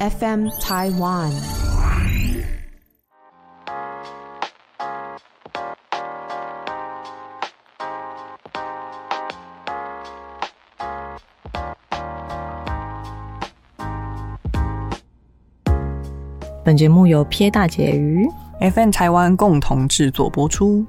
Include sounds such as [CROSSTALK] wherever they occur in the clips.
FM Taiwan。本节目由撇大姐鱼 FN 台湾共同制作播出。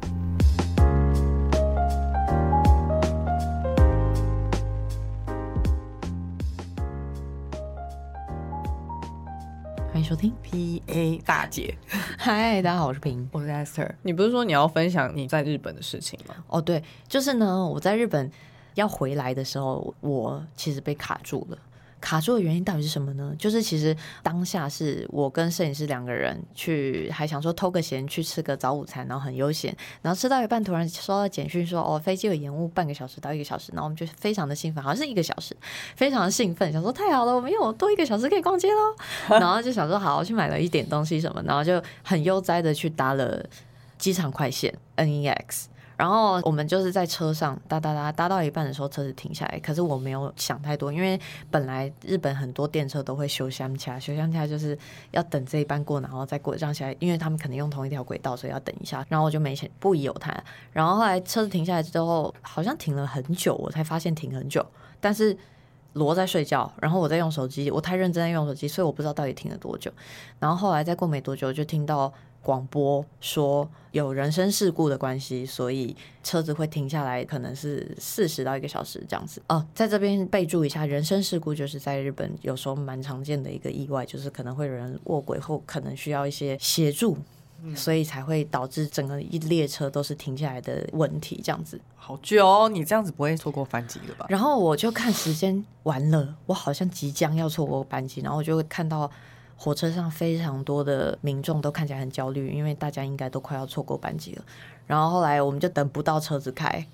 欢迎收听。 PA 大姐，嗨，大家好，我是平。我是 Esther。你不是说你要分享你在日本的事情吗？哦，对，就是呢，我在日本要回来的时候，我其实被卡住了。卡住的原因到底是什么呢？就是其实当下是我跟摄影师两个人去，还想说偷个闲去吃个早午餐，然后很悠闲，然后吃到一半突然收到简讯说哦飞机有延误半个小时到一个小时，然后我们就非常的兴奋，好像是一个小时，非常的兴奋，想说太好了，我们有多一个小时可以逛街喽，然后就想说好去买了一点东西什么，然后就很悠哉的去搭了机场快线 E NEX。然后我们就是在车上搭搭搭搭到一半的时候，车子停下来。可是我没有想太多，因为本来日本很多电车都会修香卡，修香卡就是要等这一班过，然后再过让下来，因为他们可能用同一条轨道，所以要等一下。然后我就没想不疑有他。然后后来车子停下来之后，好像停了很久，我才发现停很久，但是。罗在睡觉，然后我在用手机，我太认真在用手机，所以我不知道到底停了多久。然后后来再过没多久，就听到广播说有人身事故的关系，所以车子会停下来，可能是四十到一个小时这样子。哦、在这边备注一下，人身事故就是在日本有时候蛮常见的一个意外，就是可能会有人卧轨后，可能需要一些协助。所以才会导致整个一列车都是停下来的问题，这样子。好久、哦，你这样子不会错过班级了吧？然后我就看时间，完了，我好像即将要错过班机，然后我就会看到火车上非常多的民众都看起来很焦虑，因为大家应该都快要错过班机了。然后后来我们就等不到车子开，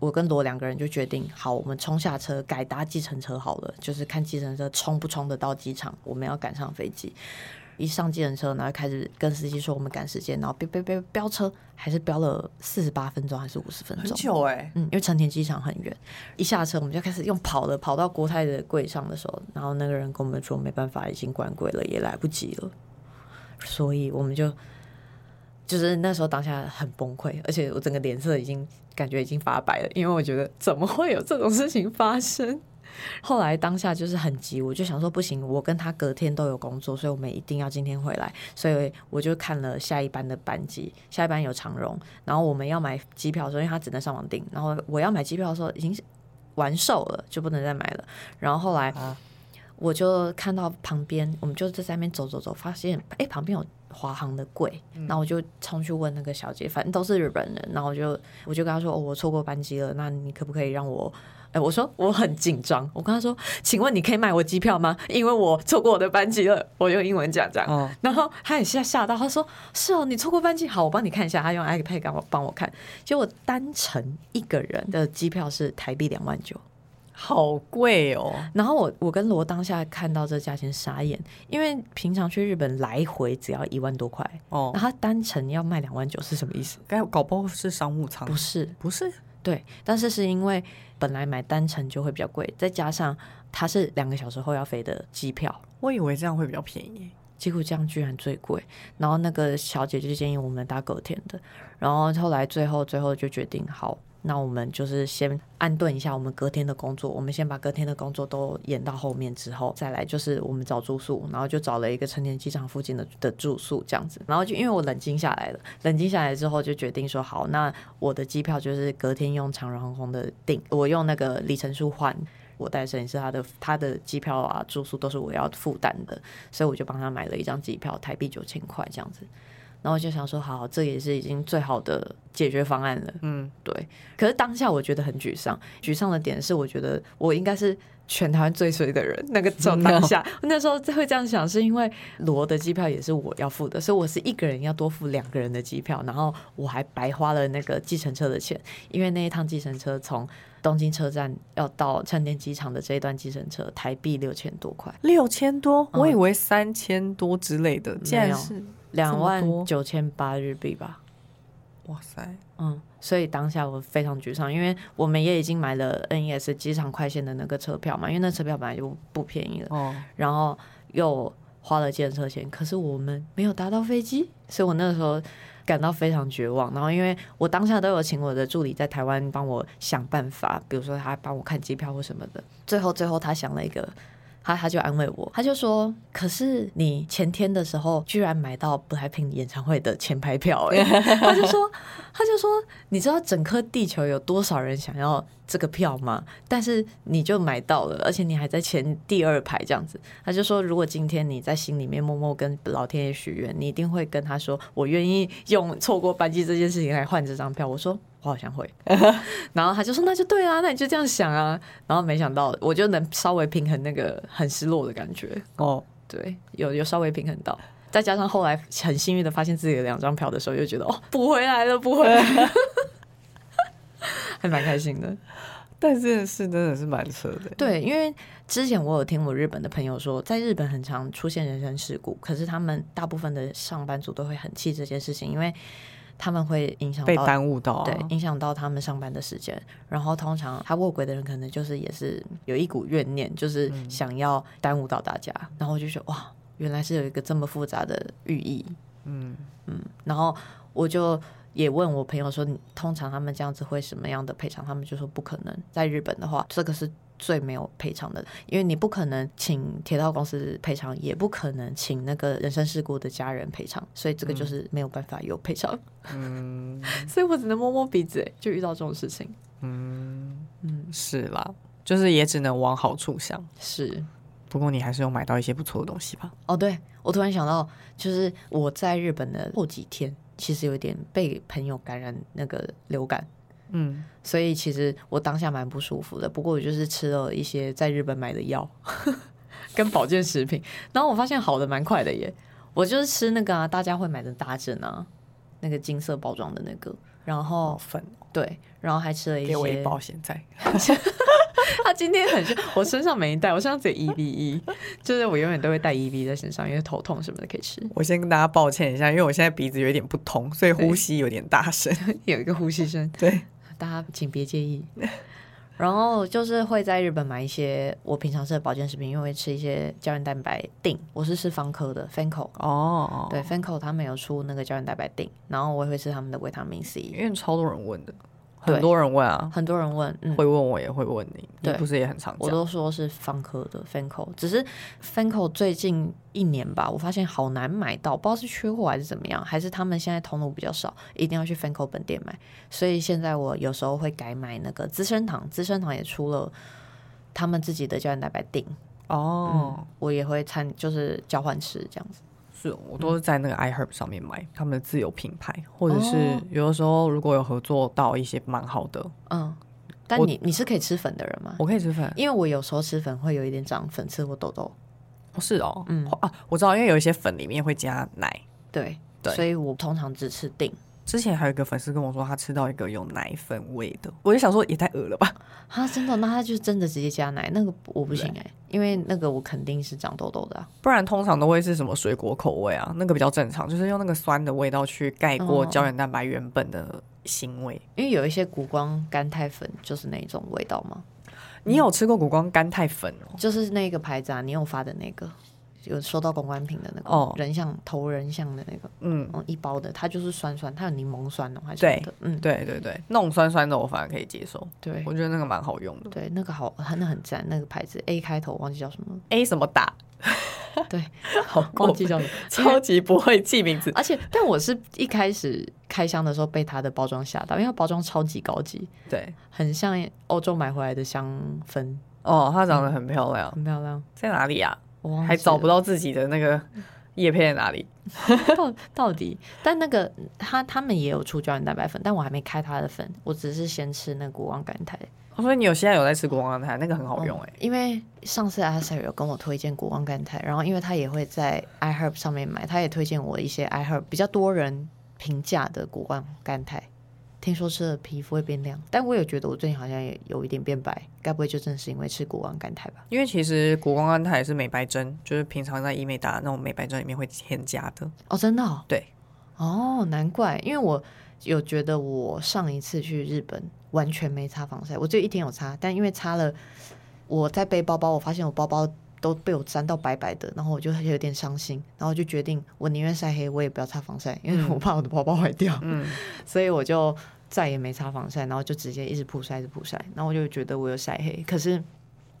我跟罗两个人就决定，好，我们冲下车改搭计程车好了，就是看计程车冲不冲得到机场，我们要赶上飞机。一上计程车，然后开始跟司机说我们赶时间，然后飙飙飙飙车，还是飙了四十八分钟还是五十分很钟？久哎、嗯，因为成田机场很远，一下车我们就开始用跑的，跑到国泰的柜上的时候，然后那个人跟我们说没办法，已经关柜了，也来不及了，所以我们就就是那时候当下很崩溃，而且我整个脸色已经感觉已经发白了，因为我觉得怎么会有这种事情发生？后来当下就是很急，我就想说不行，我跟他隔天都有工作，所以我们一定要今天回来，所以我就看了下一班的班机，下一班有长荣，然后我们要买机票的时候，因为他只能上网订，然后我要买机票的时候已经是完售了，就不能再买了。然后后来我就看到旁边，我们就在那边走走走，发现哎旁边有华航的柜，然后我就冲去问那个小姐，反正都是日本人，然后我就我就跟她说哦我错过班机了，那你可不可以让我？哎，我说我很紧张，我跟她说，请问你可以买我机票吗？因为我错过我的班机了，我用英文讲这样。哦然后他也吓吓到，他说：“是哦，你错过班机，好，我帮你看一下。”他用 iPad 帮我帮我看，结果单程一个人的机票是台币两万九。好贵哦！然后我我跟罗当下看到这价钱傻眼，因为平常去日本来回只要一万多块，哦那，他单程要卖两万九是什么意思？该搞不好是商务舱，不是，不是对，但是是因为本来买单程就会比较贵，再加上它是两个小时后要飞的机票，我以为这样会比较便宜。结果这样居然最贵。然后那个小姐就建议我们搭隔天的，然后后来最后最后就决定好。那我们就是先安顿一下我们隔天的工作，我们先把隔天的工作都延到后面之后，再来就是我们找住宿，然后就找了一个成田机场附近的的住宿这样子。然后就因为我冷静下来了，冷静下来之后就决定说好，那我的机票就是隔天用长荣航空的订，我用那个里程数换。我带摄影师，他的他的机票啊、住宿都是我要负担的，所以我就帮他买了一张机票，台币九千块这样子。然后我就想说，好，这也是已经最好的解决方案了。嗯，对。可是当下我觉得很沮丧，沮丧的点是，我觉得我应该是全台湾最衰的人。那个时候当下，那时候会这样想，是因为罗的机票也是我要付的，所以我是一个人要多付两个人的机票，然后我还白花了那个计程车的钱，因为那一趟计程车从东京车站要到成田机场的这一段计程车，台币六千多块。六千多，嗯我以为三千多之类的，竟然是两么万多九千八日币吧，哇塞！嗯，所以当下我非常沮丧，因为我们也已经买了 NES 机场快线的那个车票嘛，因为那车票本来就不便宜了，哦，然后又花了建车钱，可是我们没有搭到飞机，所以我那个时候感到非常绝望。然后因为我当下都有请我的助理在台湾帮我想办法，比如说他帮我看机票或什么的。最后最后他想了一个。他他就安慰我，他就说：“可是你前天的时候居然买到 BLACKPINK 演唱会的前排票、欸，他就说，他就说，你知道整颗地球有多少人想要这个票吗？但是你就买到了，而且你还在前第二排这样子。他就说，如果今天你在心里面默默跟老天爷许愿，你一定会跟他说，我愿意用错过班机这件事情来换这张票。我说。”我好像会， [LAUGHS] 然后他就说那就对啊，那你就这样想啊。然后没想到我就能稍微平衡那个很失落的感觉，哦，对，有有稍微平衡到。再加上后来很幸运的发现自己的两张票的时候，又觉得哦补回来了，补回来了， [LAUGHS] 还蛮开心的。但这件事真的是蛮扯的。对，因为之前我有听我日本的朋友说，在日本很常出现人身事故，可是他们大部分的上班族都会很气这件事情，因为他们会影响被到耽误到、啊，对，影响到他们上班的时间。然后通常他卧轨的人可能就是也是有一股怨念，就是想要耽误到大家。然后我就觉得哇，原来是有一个这么复杂的寓意。嗯，嗯，然后我就也问我朋友说，你通常他们这样子会什么样的赔偿？他们就说不可能，在日本的话，这个是最没有赔偿的，因为你不可能请铁道公司赔偿，也不可能请那个人身事故的家人赔偿，所以这个就是没有办法有赔偿。嗯所以我只能摸摸鼻子，欸就遇到这种事情。是啦，就是也只能往好处想。是，不过你还是有买到一些不错的东西吧？哦，对，我突然想到，就是我在日本的后几天，其实有点被朋友感染那个流感，嗯，所以其实我当下蛮不舒服的。不过我就是吃了一些在日本买的药 [LAUGHS] 跟保健食品，然后我发现好的蛮快的耶。我就是吃那个啊，大家会买的大正啊，那个金色包装的那个，然好后粉哦，对，然后还吃了一给我一些。包现在。 [LAUGHS] 他今天很凶，我身上没带，我身上只有 E B 一，就是我永远都会带 E B 在身上，因为头痛什么的可以吃。我先跟大家抱歉一下，因为我现在鼻子有点不通，所以呼吸有点大声。有一个呼吸声，对，大家请别介意。然后就是会在日本买一些我平常吃的保健食品，因为会吃一些胶原蛋白锭，我是吃方科的 Fanco， [LAUGHS] 哦，对 Fanco 他们有出那个胶原蛋白锭，然后我也会吃他们的维他命 C。因为超多人问的，对很多人问啊，很多人问，嗯，会问我也会问你，你对不是也很常我讲？都说是方科的 Fanco，只是 Fanco 最近一年吧，我发现好难买到，不知道是缺货还是怎么样，还是他们现在通路比较少，一定要去 Fanco 本店买。所以现在我有时候会改买那个资生堂，资生堂也出了他们自己的胶原蛋白锭，哦，我也会参就是交换吃这样子。是我都是在那个 iHerb 上面买他们的自有品牌，或者是哦有的时候如果有合作到一些蛮好的，嗯，但我你你是可以吃粉的人吗？我可以吃粉。因为我有时候吃粉会有一点长粉刺或痘痘，哦是哦，嗯啊，我知道，因为有一些粉里面会加奶。对，对所以我通常只吃锭之前还有一个粉丝跟我说，他吃到一个有奶粉味的，我就想说也太恶了吧。 [LAUGHS] 啊，真的？那他就真的直接加奶？那个我不行哎、因为那个我肯定是长痘痘的啊、不然通常都会是什么水果口味啊，那个比较正常，就是用那个酸的味道去盖过哦胶原蛋白原本的腥味。因为有一些谷胱甘肽粉就是那种味道嘛，你有吃过谷胱甘肽粉哦？就是那个牌子啊，你有发的那个，有收到公关品的那个，哦人像头人像的那个，嗯，嗯，一包的，它就是酸酸，它有柠檬酸哦，还是什对么的，嗯，对对对，那种酸酸的我反而可以接受，对我觉得那个蛮好用的。对，那个好，很很赞，那个牌子 A 开头，忘记叫什么了， A 什么 [LAUGHS] 打？对，好过 [LAUGHS] 忘分记，叫什么，超级不会记名 [LAUGHS] 字。而且但我是一开始开箱的时候被它的包装吓到，因为它包装超级高级，对，很像欧洲买回来的香氛，哦，她长得很漂亮，很漂亮。在哪里啊？我忘记还找不了到自己的那个叶片在哪里？ [LAUGHS] 到到底，但那个他他们也有出胶原蛋白粉，但我还没开它的粉，我只是先吃那个王甘肽。哦所以你有现在有在吃谷胱甘肽，那个很好用哎、因为上次阿 Sir 有跟我推荐国光甘肽，然后因为他也会在 iHerb 上面买，他也推荐我一些 iHerb 比较多人评价的国光甘肽。听说吃了皮肤会变亮，但我也觉得我最近好像也有一点变白，该不会就正是因为吃国光甘肽吧？因为其实谷胱甘肽也是美白针，就是平常在医美打的那种美白针里面会添加的。哦，真的、哦？对。哦，难怪，因为我有觉得我上一次去日本完全没擦防晒，我就一天有擦，但因为擦了，我在背包包，我发现我包包都被我沾到白白的，然后我就有点伤心，然后就决定我宁愿晒黑，我也不要擦防晒，因为我怕我的包包坏掉，嗯， [LAUGHS] 所以我就再也没擦防晒，然后就直接一直曝晒，一直曝晒，然后我就觉得我有晒黑，可是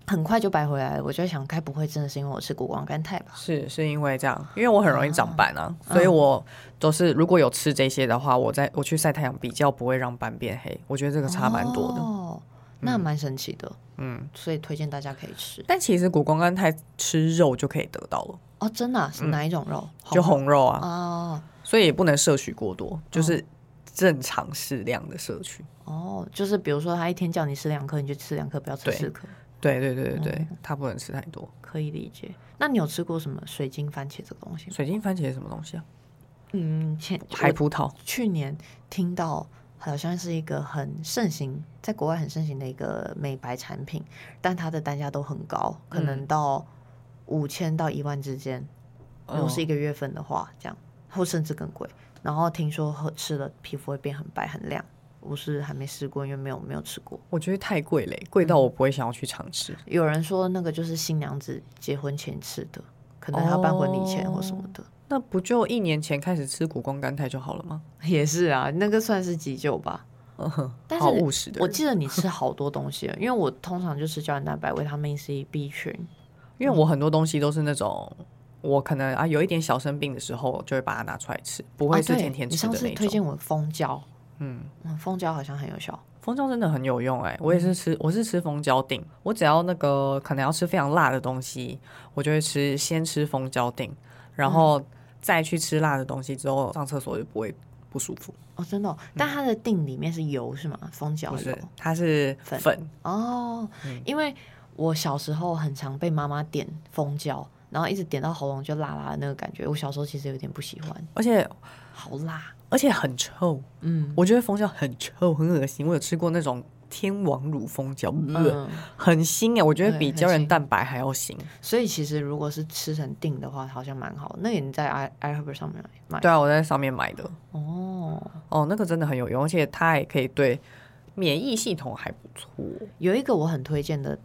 很快就白回来了。我就在想，该不会真的是因为我吃谷胱甘肽吧？是是因为这样，因为我很容易长斑啊，所以我都是如果有吃这些的话，我在我去晒太阳比较不会让斑变黑，我觉得这个差蛮多的。哦，那蛮神奇的，嗯，所以推荐大家可以吃但其实谷胱甘肽吃肉就可以得到了，哦。真的啊、是哪一种肉？嗯就红肉啊，哦所以也不能摄取过多，就是正常适量的摄取。哦，就是比如说他一天叫你吃两颗，你就吃两颗，不要吃对四颗，对对对对对，它不能吃太多。可以理解。那你有吃过什么水晶番茄这个东西吗？水晶番茄是什么东西啊？嗯，前海我葡萄。去年听到好像是一个很盛行，在国外很盛行的一个美白产品，但它的单价都很高，可能嗯到五千到一万之间。如嗯果是一个月份的话，这样或甚至更贵。然后听说喝吃了皮肤会变很白很亮，我是还没试过，因为没有没有吃过。我觉得太贵嘞，贵到我不会想要去尝试。有人说那个就是新娘子结婚前吃的，可能她办婚礼前或什么的。那不就一年前开始吃谷胱甘肽就好了吗？也是啊，那个算是急救吧。嗯哼，但是好务实的我人，记得你吃好多东西了，因为我通常就吃胶原蛋白、维他命 C、B 群。因为我很多东西都是那种。我可能啊有一点小生病的时候，就会把它拿出来吃，不不会是天天哦啊你吃上的次那推种。荐我蜂胶，嗯，嗯，蜂胶好像很有效。蜂胶真的很有用哎、我嗯也是吃，我是吃蜂胶锭，我只要那个可能要吃非常辣的东西，我就会吃先吃蜂胶锭，嗯然后再去吃辣的东西，之后上厕所就不会不舒服。哦，真的哦、但它的锭里面是油是吗？蜂胶不油是，它是粉粉哦，因为我小时候很常被妈妈点蜂胶，然后一直点到喉咙就辣辣的那个感觉。我小时候其实有点不喜欢，而且好辣。而且很臭，嗯我觉得蜂胶很臭，很恶心。我有吃过那种天王乳蜂胶，呃嗯，很腥哎、我觉得对比很胶原腥蛋白还要腥。所以其实如果是吃成锭的话，好像蛮好的。那个你在 i iHerb 上面买对啊，我在上面买的，哦。哦，那个真的很有用，而且它还可以对免疫系统还不错。有一个我很推荐的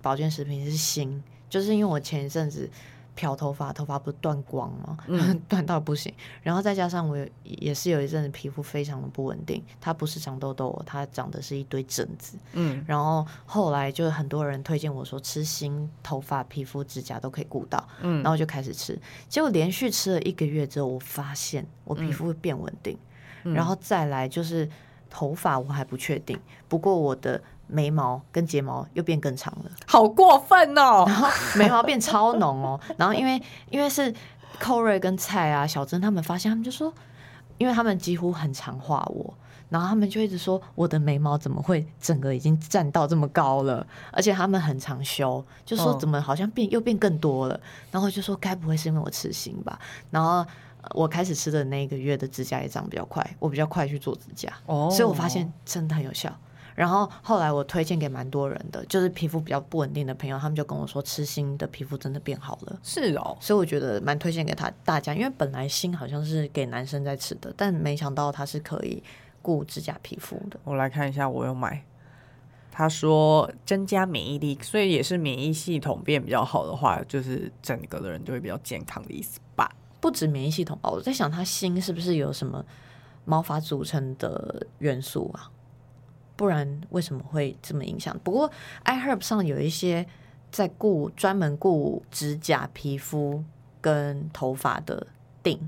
保健食品是锌，就是因为我前一阵子漂头发，头发不是断光吗？ [LAUGHS] 断到不行，然后再加上我有也是有一阵子皮肤非常的不稳定，它不是长痘痘，它长的是一堆疹子。嗯，然后后来就很多人推荐我说吃锌，头发、皮肤、指甲都可以顾到，嗯然后就开始吃，结果连续吃了一个月之后，我发现我皮肤会变稳定，然后再来就是头发我还不确定，不过我的眉毛跟睫毛又变更长了，好过分哦！ [LAUGHS] 然后眉毛变超浓哦，然后因为因为是寇瑞跟蔡啊小珍他们发现，他们就说，因为他们几乎很常画我。然后他们就一直说我的眉毛怎么会整个已经站到这么高了，而且他们很常修，就说嗯怎么好像变又变更多了，然后我就说该不会是因为我吃锌吧？然后呃我开始吃的那一个月的指甲也长比较快，我比较快去做指甲，哦所以我发现真的很有效。然后后来我推荐给蛮多人的，就是皮肤比较不稳定的朋友，他们就跟我说吃锌的皮肤真的变好了，是哦，所以我觉得蛮推荐给他大家，因为本来锌好像是给男生在吃的，但没想到它是可以顾指甲皮肤的。我来看一下，我有买。他说增加免疫力，所以也是免疫系统变比较好的话，就是整个的人就会比较健康的意思吧。不止免疫系统吧，我在想它锌是不是有什么毛发组成的元素啊？不然为什么会这么影响？不过 iHerb 上有一些在顾专门顾指甲、皮肤跟头发的锭。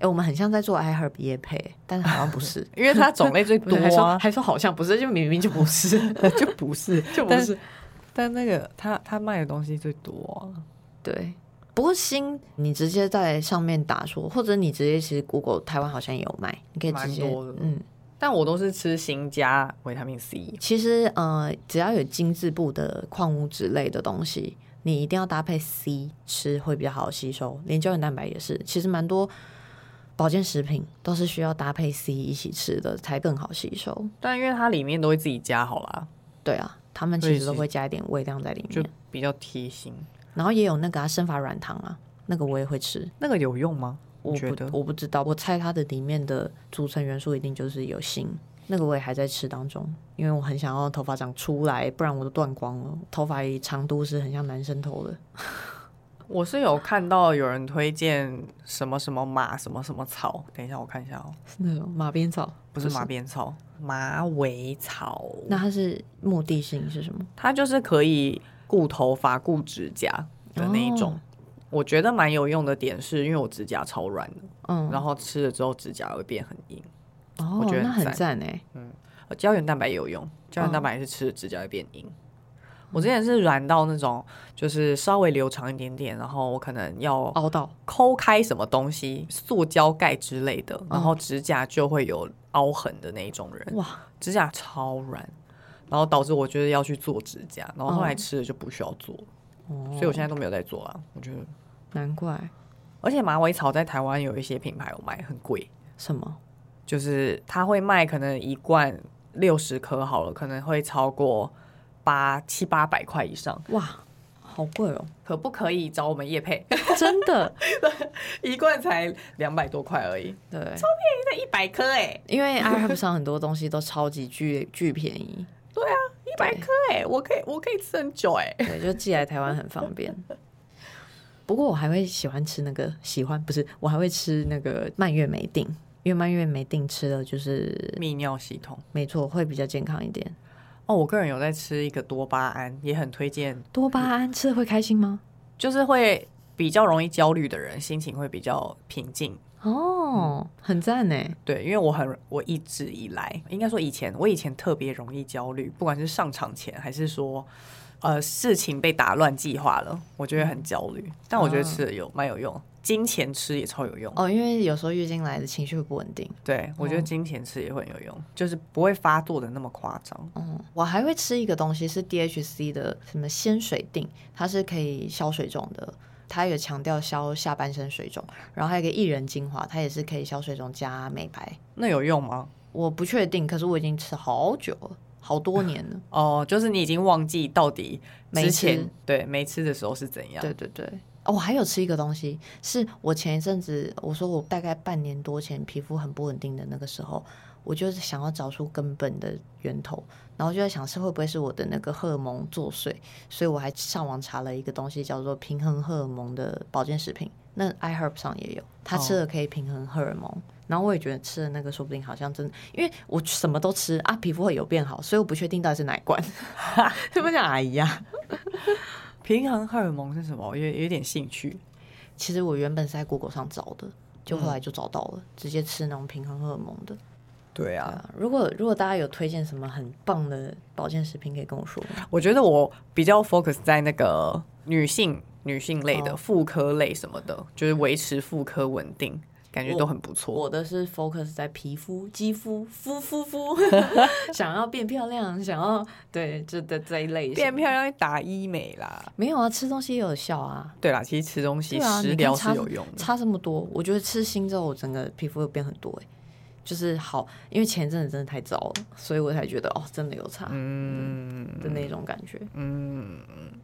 哎、我们很像在做 iHerb 夜配，但是好像 [LAUGHS]。不是因为它种类最多对，还说啊，还说好像不是，就明明就 [LAUGHS] 不是，就不是，就不但是。但那个他他卖的东西最多啊、对，不过锌你直接在上面打说，或者你直接其实 Google 台湾好像也有卖，你可以直接蛮多的嗯，但我都是吃锌加维他命 C。其实呃，只要有精致部的矿物质类的东西，你一定要搭配 C 吃会比较好吸收，连胶原蛋白也是。其实蛮多保健食品都是需要搭配 C 一起吃的才更好吸收。但因为它里面都会自己加好啦，对啊，他们所其以实都是会加一点微量在里就面，比较贴心。然后也有那个啊生发软糖啊，那个我也会吃。那个有用吗？我觉不得我不知道，我猜它的里面的组成元素一定就是有锌，那个我也还在吃当中，因为我很想要头发长出来，不然我都断光了。头发长度是很像男生头的，我是有看到有人推荐什么什么马什么什么草，等一下我看一下哦，是那种马鞭草，不是马鞭草，马尾草，那它是目的性是什么？它就是可以固头发、固指甲的那一种。哦我觉得蛮有用的点是，因为我指甲超软的，嗯，然后吃了之后指甲会变很硬。哦，我觉得那很很赞哎，呃胶原蛋白也有用，胶嗯原蛋白也是吃了指甲会变硬。我之前是软到那种，就是稍微留长一点点，然后我可能要凹到抠开什么东西，塑胶盖之类的，然后指甲就会有凹痕的那一种人，嗯哇，指甲超软，然后导致我觉得要去做指甲，然后后来嗯吃了就不需要做了，哦所以我现在都没有在做了。我觉得，难怪而且马尾草在台湾有一些品牌有卖，很贵，什么就是它会卖可能一罐六十颗好了，可能会超过八七八百块以上。哇，好贵哦，可不可以找我们叶配？ [LAUGHS] 真的一罐才两百多块而已，对，那一百颗哎，因为 iHerb 上很多东西都超级巨巨便宜，一百颗哎，我可以我可以吃很久哎、对，就寄来台湾很方便。不过我还会喜欢吃那个，喜欢不是，我还会吃那个蔓越莓定，因为蔓越莓定吃了就是泌尿系统没错，会比较健康一点。哦，我个人有在吃一个多巴胺，也很推荐，多巴胺吃了会开心吗？就是会比较容易焦虑的人，心情会比较平静。哦，很赞呢。对，因为我很我一直以来，应该说以前我以前特别容易焦虑，不管是上场前还是说，呃，事情被打乱计划了，我就会很焦虑。但我觉得吃的有蛮有用，金钱吃也超有用。嗯哦，因嗯为有时候月经来的情绪会不稳定。对，我觉得金钱吃也会很有用，就是不会发作的那么夸张。嗯，我还会吃一个东西是 DHC 的什么鲜水定，它是可以消水肿的。它有强调消下半身水肿，然后还有一个薏仁精华，它也是可以消水肿加美白。那有用吗？我不确定，可是我已经吃好久了，好多年了。哦，就是你已经忘记到底没之前吃对没吃的时候是怎样。对对对，哦，我还有吃一个东西，是我前一阵子我说我大概半年多前皮肤很不稳定的那个时候，我就是想要找出根本的源头，然后就在想是会不会是我的那个荷尔蒙作祟，所以我还上网查了一个东西叫做平衡荷尔蒙的保健食品，那 iHerb 上也有，它吃了可以平衡荷尔蒙。然后我也觉得吃了那个说不定好像真的，因为我什么都吃啊，皮肤会有变好，所以我不确定到底是哪一罐， [LAUGHS] 是不是像阿姨 [LAUGHS] 呀、啊平衡荷尔蒙是什么？我有有点兴趣。其实我原本是在 Google 上找的，就后来就找到了，直接吃那种平衡荷尔蒙的。对啊，啊如果如果大家有推荐什么很棒的保健食品，可以跟我说。我觉得我比较 focus 在那个女性、女性类的、哦妇科类什么的，就是维持妇科稳定，感觉都很不错。我的是 focus 在皮肤、肌肤、肤肤 [LAUGHS] 肤，想要变漂亮，想要对这的这一类型变漂亮打医美啦，没有啊，吃东西也有效啊。对啦，其实吃东西对啊，食你疗看是差有用的。差这么多，我觉得吃锌之后，我整个皮肤又变很多、欸、就是好，因为前一阵子真的太糟了，所以我才觉得哦，真的有差嗯的那种感觉。嗯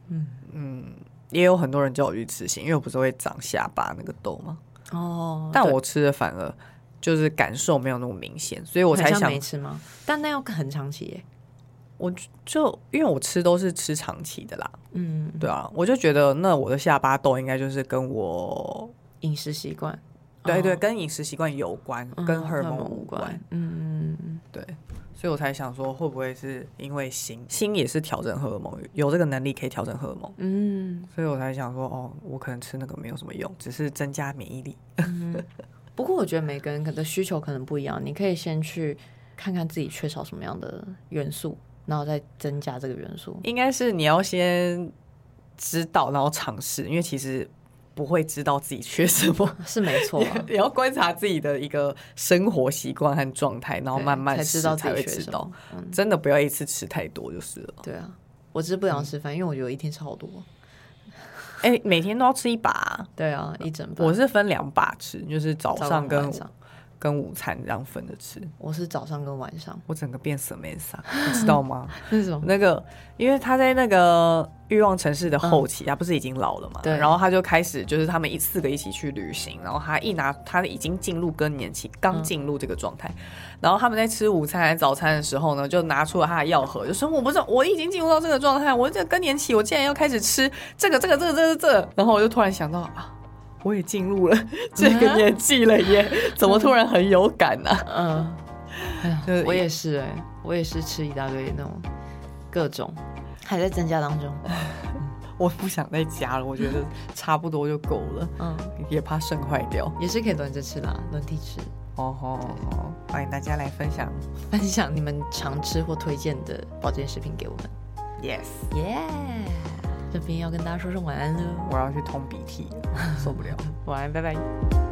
嗯嗯，也有很多人叫我去吃锌，因为我不是会长下巴那个痘吗？哦，但对我吃的反而就是感受没有那么明显，所以我很才像想没吃吗？但那要很长期耶。我就因为我吃都是吃长期的啦，嗯，对啊，我就觉得那我的下巴痘应该就是跟我饮食习惯，对对，哦跟饮食习惯有关，嗯跟荷尔蒙无无关。。嗯，嗯对，所以我才想说，会不会是因为心心也是调整荷尔蒙，有这个能力可以调整荷尔蒙，嗯所以我才想说，哦，我可能吃那个没有什么用，只是增加免疫力。嗯不过我觉得每个人可能需求可能不一样，你可以先去看看自己缺少什么样的元素，然后再增加这个元素。应该是你要先知道，然后尝试，因为其实不会知道自己缺什 [LAUGHS] 么。，是没错啊也要观察自己的一个生活习惯和状态，然后对慢慢才吃知道自才己会缺知什道么。。嗯，真的不要一次吃太多就是了。对啊，我只是不想吃饭，因为我觉得我一天吃好多。哎、每天都要吃一把啊、对啊，一整我包。是分两把吃，就是早早上晚跟上跟午餐这样分着吃，我是早上跟晚上， [LAUGHS] 我整个变色妹傻，你知道吗？那是什么？那个，因为他在那个欲望城市的后期，他不是已经老了嘛？嗯对然后他就开始，就是他们一四个一起去旅行，然后他一拿，他已经进入更年期，嗯刚进入这个状态。然后他们在吃午餐还是早餐的时候呢，就拿出了他的药盒，就说：“我不知道，我已经进入到这个状态，我这个更年期，我竟然要开始吃这个、这个、这个、这个、这个。”然后我就突然想到啊。我也进入了 [LAUGHS] 这啊个年纪了耶，怎么突然很有感呢、啊？嗯，哎呀就是， [LAUGHS] 我也是哎、我也是吃一大堆那种各种，还在增加当中。我不想再加了，我觉得差不多就够了。嗯，也怕肾坏掉。也是可以轮着吃啦，轮替吃。哦吼吼！欢迎大家来分享。分享你们常吃或推荐的保健食品给我们。 Yes，耶、这边要跟大家说声晚安喽，我要去通鼻涕了，受不了。晚安，拜拜。